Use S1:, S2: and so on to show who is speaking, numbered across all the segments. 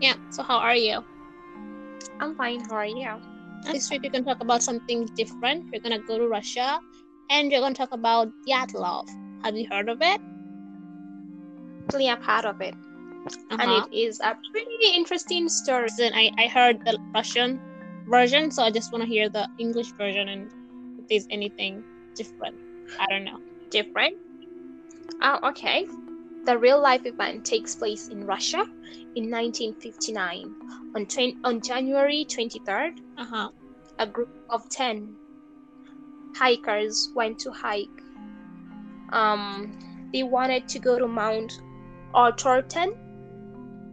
S1: Yeah. So how are you?
S2: I'm fine. How are you?
S1: This week we're gonna talk about something different. We're gonna go to Russia, and we're gonna talk about Yatlov. Have you heard of it?
S2: Clearly, I'm part of it, and it is a pretty interesting story.
S1: Then Uh-huh. I I heard the Russian version, so I just want to hear the English version and if there's anything different. I don't know.
S2: Different. Oh, okay. The real life event takes place in Russia in 1959. On, twen- on January 23rd,
S1: Uh huh.
S2: a group of 10 hikers went to hike. Um, they wanted to go to Mount Ortorten.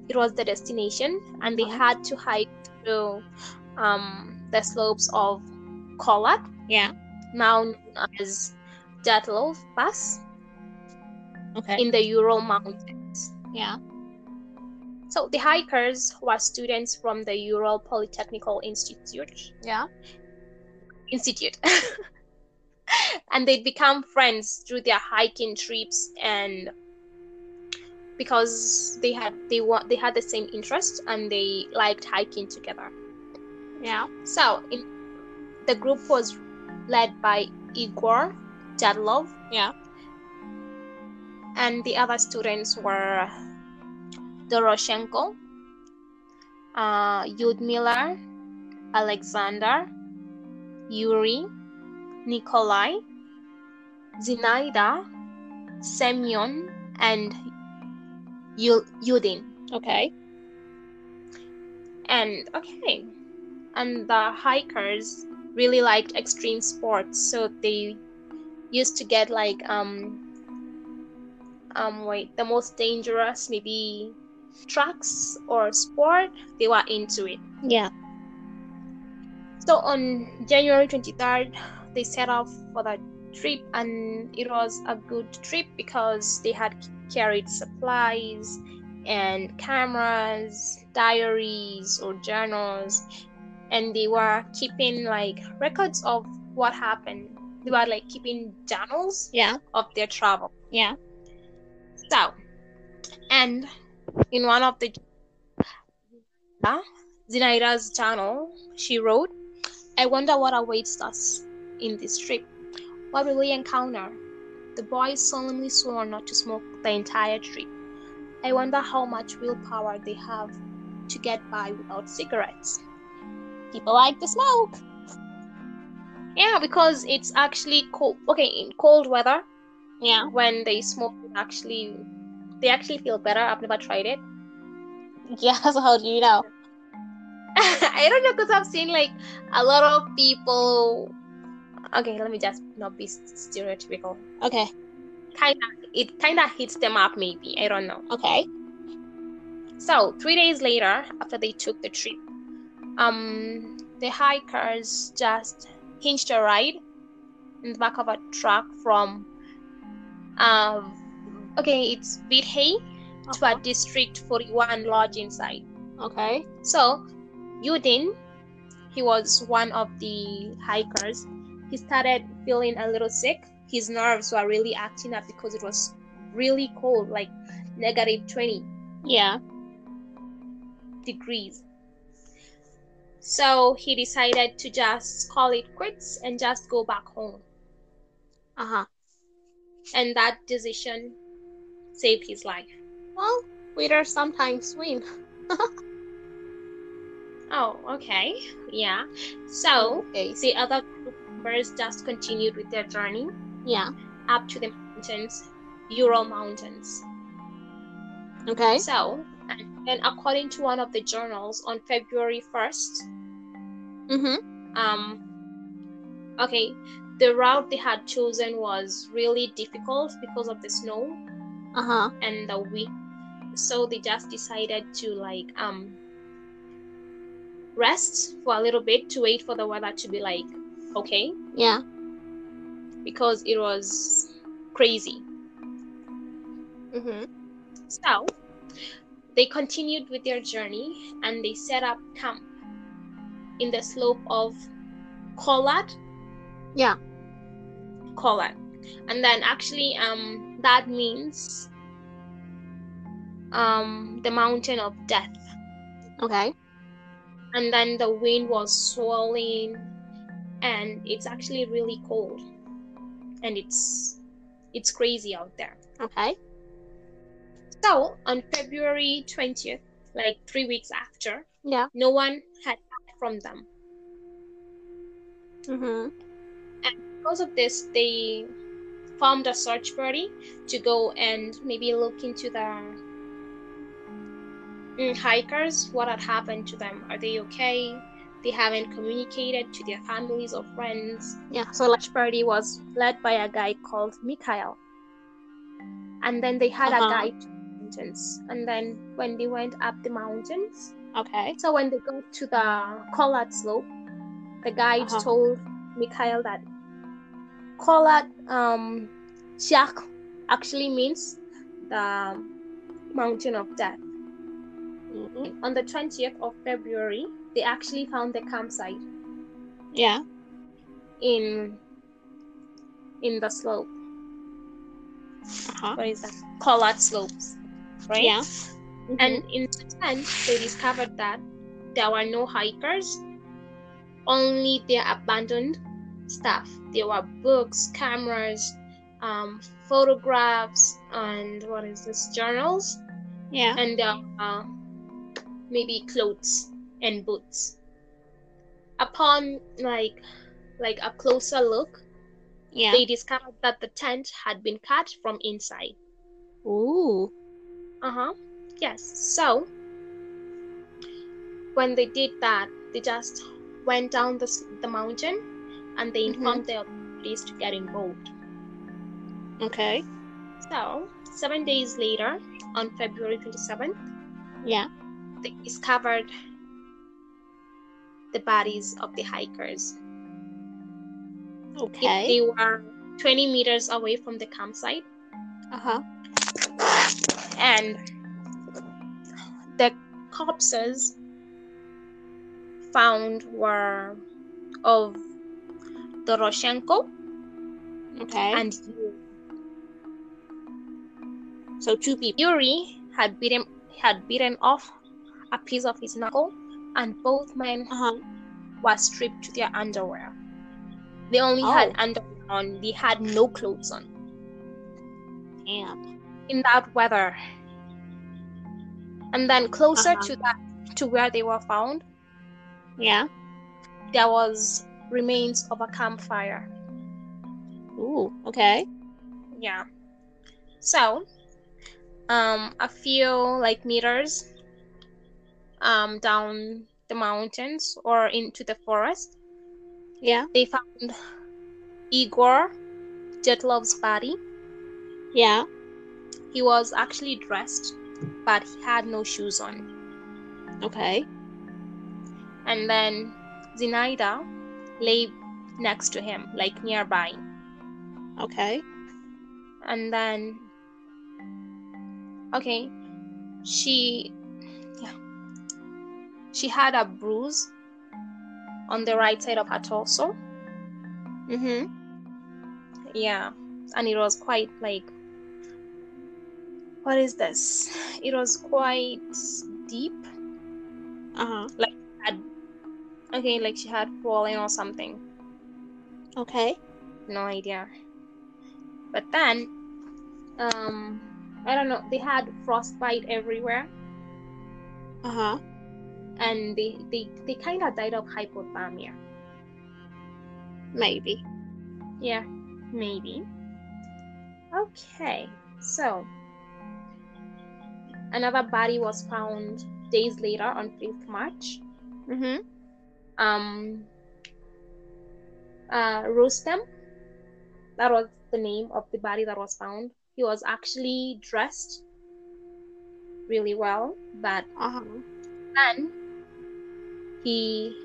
S2: It was the destination, and they had to hike through um, the slopes of Kolat,
S1: Yeah.
S2: now known as Datlov Pass,
S1: Okay.
S2: in the Ural Mountains.
S1: yeah.
S2: So the hikers were students from the Ural Polytechnical Institute.
S1: Yeah.
S2: Institute. and they'd become friends through their hiking trips and because they had they wa- they had the same interest and they liked hiking together.
S1: Yeah.
S2: So in, the group was led by Igor Dadlov.
S1: Yeah.
S2: And the other students were Doroshenko, uh, Yudmila, Alexander, Yuri, Nikolai, Zinaida, Semyon, and Yu- Yudin.
S1: Okay.
S2: And okay. And the hikers really liked extreme sports, so they used to get like um um wait, the most dangerous maybe tracks or sport, they were into it.
S1: Yeah.
S2: So on January 23rd, they set off for the trip, and it was a good trip because they had carried supplies and cameras, diaries, or journals, and they were keeping like records of what happened. They were like keeping journals
S1: Yeah.
S2: of their travel.
S1: Yeah.
S2: So, and in one of the Zinaida's journal, she wrote, I wonder what awaits us in this trip. What will we encounter? The boys solemnly swore not to smoke the entire trip. I wonder how much willpower they have to get by without cigarettes.
S1: People like to smoke.
S2: Yeah, because it's actually cold. Okay, in cold weather,
S1: Yeah.
S2: when they smoke, it actually they actually feel better. I've never tried it.
S1: Yeah. So how do you know?
S2: I don't know because I've seen like a lot of people. Okay, let me just not be stereotypical.
S1: Okay.
S2: Kind of, it kind of hits them up. Maybe I don't know.
S1: Okay.
S2: So three days later, after they took the trip, um, the hikers just hinged a ride in the back of a truck from, um, okay, it's Vidhay
S1: Uh-huh.
S2: to a District 41 lodging site.
S1: Okay.
S2: So, Yudin, he was one of the hikers. He started feeling a little sick. His nerves were really acting up because it was really cold, like negative 20
S1: Yeah.
S2: degrees. So, he decided to just call it quits and just go back home.
S1: Uh huh.
S2: And that decision saved his life.
S1: Well, winners sometimes win.
S2: Oh, okay. Yeah. So,
S1: Oh, Okay.
S2: the other group members just continued with their journey.
S1: Yeah.
S2: up to the mountains, Ural Mountains.
S1: Okay.
S2: So, and then according to one of the journals, on February 1st,
S1: Mm-hmm.
S2: um, okay, the route they had chosen was really difficult because of the snow
S1: Uh huh.
S2: and the wind. So they just decided to like um rest for a little bit to wait for the weather to be like okay
S1: Yeah.
S2: because it was crazy.
S1: Mm-hmm.
S2: So they continued with their journey and they set up camp in the slope of Kolat.
S1: Yeah.
S2: Kolat. And then actually um that means um the mountain of death.
S1: Okay.
S2: and then the wind was swirling and it's actually really cold and it's it's crazy out there
S1: Okay.
S2: so on february 20th like three weeks after
S1: Yeah.
S2: no one had heard from them
S1: Mm-hmm.
S2: because of this they formed a search party to go and maybe look into the mm, hikers what had happened to them are they okay they haven't communicated to their families or friends
S1: Yeah.
S2: So Lash Party was led by a guy called Mikhail. And then they had
S1: Uh-huh.
S2: a guide to the mountains. And then when they went up the mountains,
S1: Okay.
S2: so when they got to the Kolat slope, the guide
S1: Uh-huh.
S2: told Mikhail that Kolat um Shak actually means the mountain of death.
S1: Mm-hmm.
S2: On the 20th of February, they actually found the campsite
S1: Yeah.
S2: in in the slope.
S1: Uh-huh.
S2: what is that? Collard slopes, right?
S1: Yeah. Mm-hmm.
S2: And in Sudan, they discovered that there were no hikers, only their abandoned stuff. There were books, cameras, um, photographs, and what is this? Journals,
S1: yeah.
S2: and there were maybe clothes and boots. Upon like like a closer look,
S1: Yeah.
S2: they discovered that the tent had been cut from inside.
S1: Ooh.
S2: Uh huh. Yes. So when they did that, they just went down the, s- the mountain and they
S1: Mhm.
S2: informed their police to get involved.
S1: Okay.
S2: So seven days later, on February 27th,
S1: Yeah.
S2: they discovered the bodies of the hikers. If
S1: Okay.
S2: they were 20 meters away from the campsite,
S1: Uh-huh.
S2: and the corpses found were of Doroshenko
S1: Okay.
S2: and
S1: so two people.
S2: Yuri had beaten had beaten off a piece of his knuckle, and both men
S1: Uh-huh.
S2: were stripped to their underwear. They only had
S1: Oh.
S2: underwear on; they had no clothes on.
S1: Damn.
S2: In that weather, and then closer
S1: Uh-huh.
S2: to that to where they were found,
S1: Yeah.
S2: there was remains of a campfire.
S1: Ooh. Okay.
S2: Yeah. So, um, a few like meters, um, down the mountains or into the forest,
S1: Yeah.
S2: they found Igor Jetlov's body.
S1: Yeah.
S2: He was actually dressed, but he had no shoes on.
S1: Okay.
S2: And then Zinaida lay next to him, like nearby.
S1: Okay.
S2: and then okay she yeah she had a bruise on the right side of her torso
S1: Mm-hmm.
S2: yeah and it was quite like what is this it was quite deep
S1: Uh-huh.
S2: okay like she had fallen or something
S1: Okay.
S2: no idea but then um i don't know they had frostbite everywhere
S1: Uh-huh.
S2: and they they, they kind of died of hypothermia
S1: Maybe.
S2: Yeah, maybe. Okay, so another body was found days later on 5th March.
S1: Mm-hmm.
S2: Um, uh, Rostem, that was the name of the body that was found. He was actually dressed really well, but
S1: Uh-huh.
S2: then he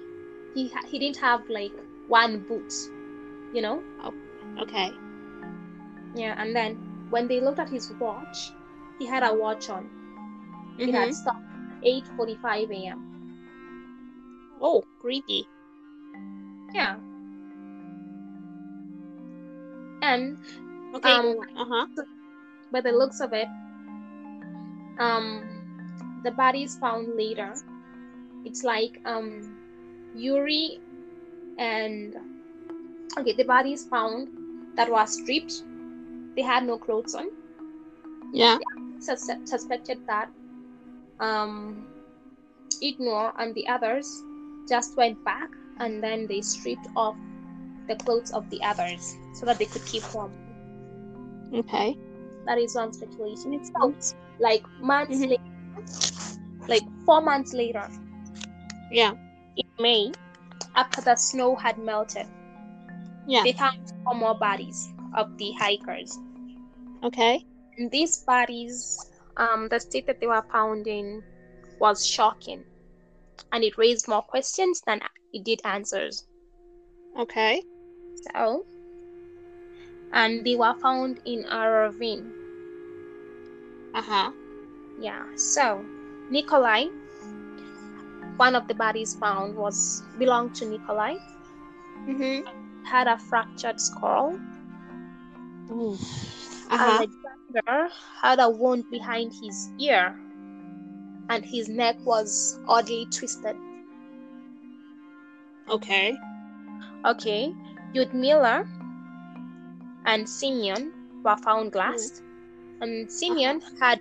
S2: he ha- he didn't have like one boot, you know.
S1: Okay.
S2: Yeah, and then when they looked at his watch, he had a watch on. It
S1: Mm-hmm.
S2: had stopped at 8:45 a.m.
S1: Oh, creepy.
S2: Yeah. And
S1: Okay.
S2: um,
S1: uh-huh.
S2: by the looks of it, um, the bodies found later It's like um, Yuri and okay, the body is found that was stripped. They had no clothes on.
S1: Yeah.
S2: Sus- suspected that um, Ignore and the others just went back and then they stripped off the clothes of the others so that they could keep warm.
S1: Okay.
S2: That is one speculation. It sounds like months later, like four months later,
S1: Yeah.
S2: in May, after the snow had melted,
S1: Yeah.
S2: they found four more bodies of the hikers.
S1: Okay.
S2: And these bodies, um, the state that they were found in was shocking and it raised more questions than it did answers.
S1: Okay.
S2: So, and they were found in a ravine.
S1: Uh huh.
S2: Yeah, so Nikolai, one of the bodies found was belonged to Nikolai,
S1: Mhm.
S2: had a fractured skull.
S1: Uh huh.
S2: Alexander had a wound behind his ear, and his neck was oddly twisted.
S1: Okay.
S2: Okay, Yudmila and Simeon were found last, and Simeon had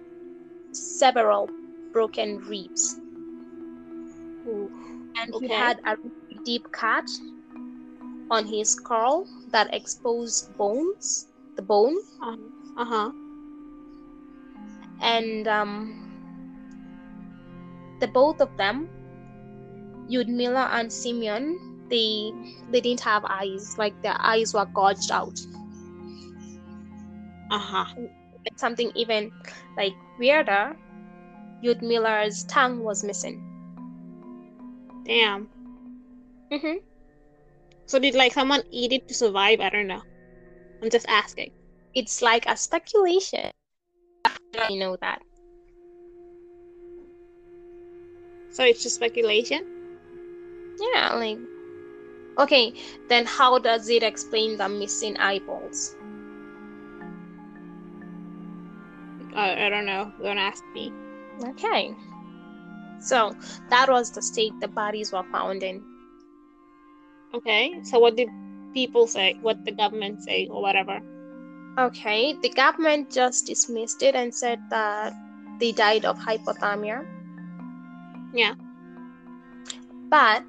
S2: several broken ribs, and he
S1: Okay.
S2: had a deep cut on his skull that exposed bones, the bone,
S1: Uh huh.
S2: and um, the both of them, Yudmila and Simeon, they they didn't have eyes, like their eyes were gouged out.
S1: Uh huh.
S2: and something even like weirder, Yudmila's tongue was missing.
S1: Damn.
S2: Mm-hmm.
S1: So did like someone eat it to survive? I don't know. I'm just asking.
S2: It's like a speculation. I know that.
S1: So it's just speculation.
S2: Yeah, like okay, then how does it explain the missing eyeballs?
S1: I, I don't know. Don't ask me.
S2: Okay. So that was the state the bodies were found in.
S1: Okay. So what did people say? What the government say or whatever?
S2: Okay, the government just dismissed it and said that they died of hypothermia.
S1: Yeah.
S2: But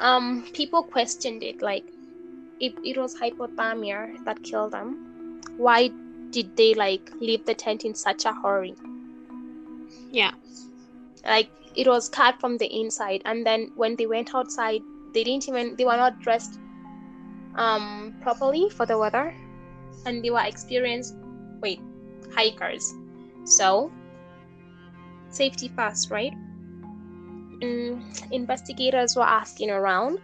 S2: um people questioned it like if it was hypothermia that killed them, why did they like leave the tent in such a hurry?
S1: Yeah.
S2: Like it was cut from the inside and then when they went outside they didn't even they were not dressed um properly for the weather and they were experienced wait hikers. So safety first, right? Mm, investigators were asking around.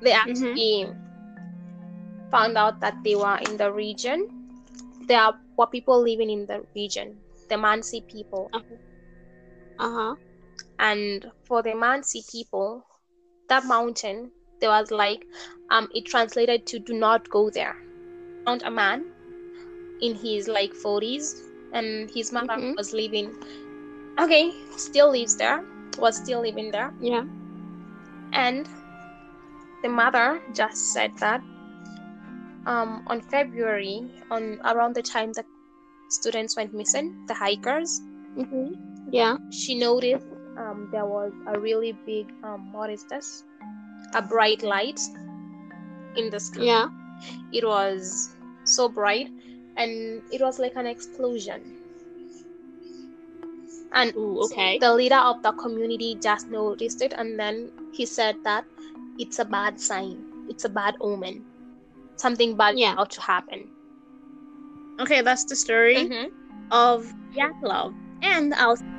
S2: They actually found out that they were in the region. There are- were people living in the region, the Mansi people.
S1: Uh huh.
S2: And for the Mansi people, that mountain, there was like, um, it translated to do not go there. Found a man in his like 40s, and his mother
S1: Mhm.
S2: was living, okay, still lives there, was still living there.
S1: Yeah.
S2: And the mother just said that um, on February, on around the time the students went missing, the hikers,
S1: Mhm. Yeah.
S2: she noticed um, there was a really big, um, what is this? A bright light in the sky.
S1: Yeah.
S2: It was so bright and it was like an explosion. And
S1: Ooh.
S2: so
S1: Okay.
S2: the leader of the community just noticed it and then he said that it's a bad sign. It's a bad omen. Something bad is
S1: Yeah.
S2: about to happen.
S1: Mm-hmm.
S2: Mm-hmm.
S1: Okay. That's the story. of Jack Love. And I'll see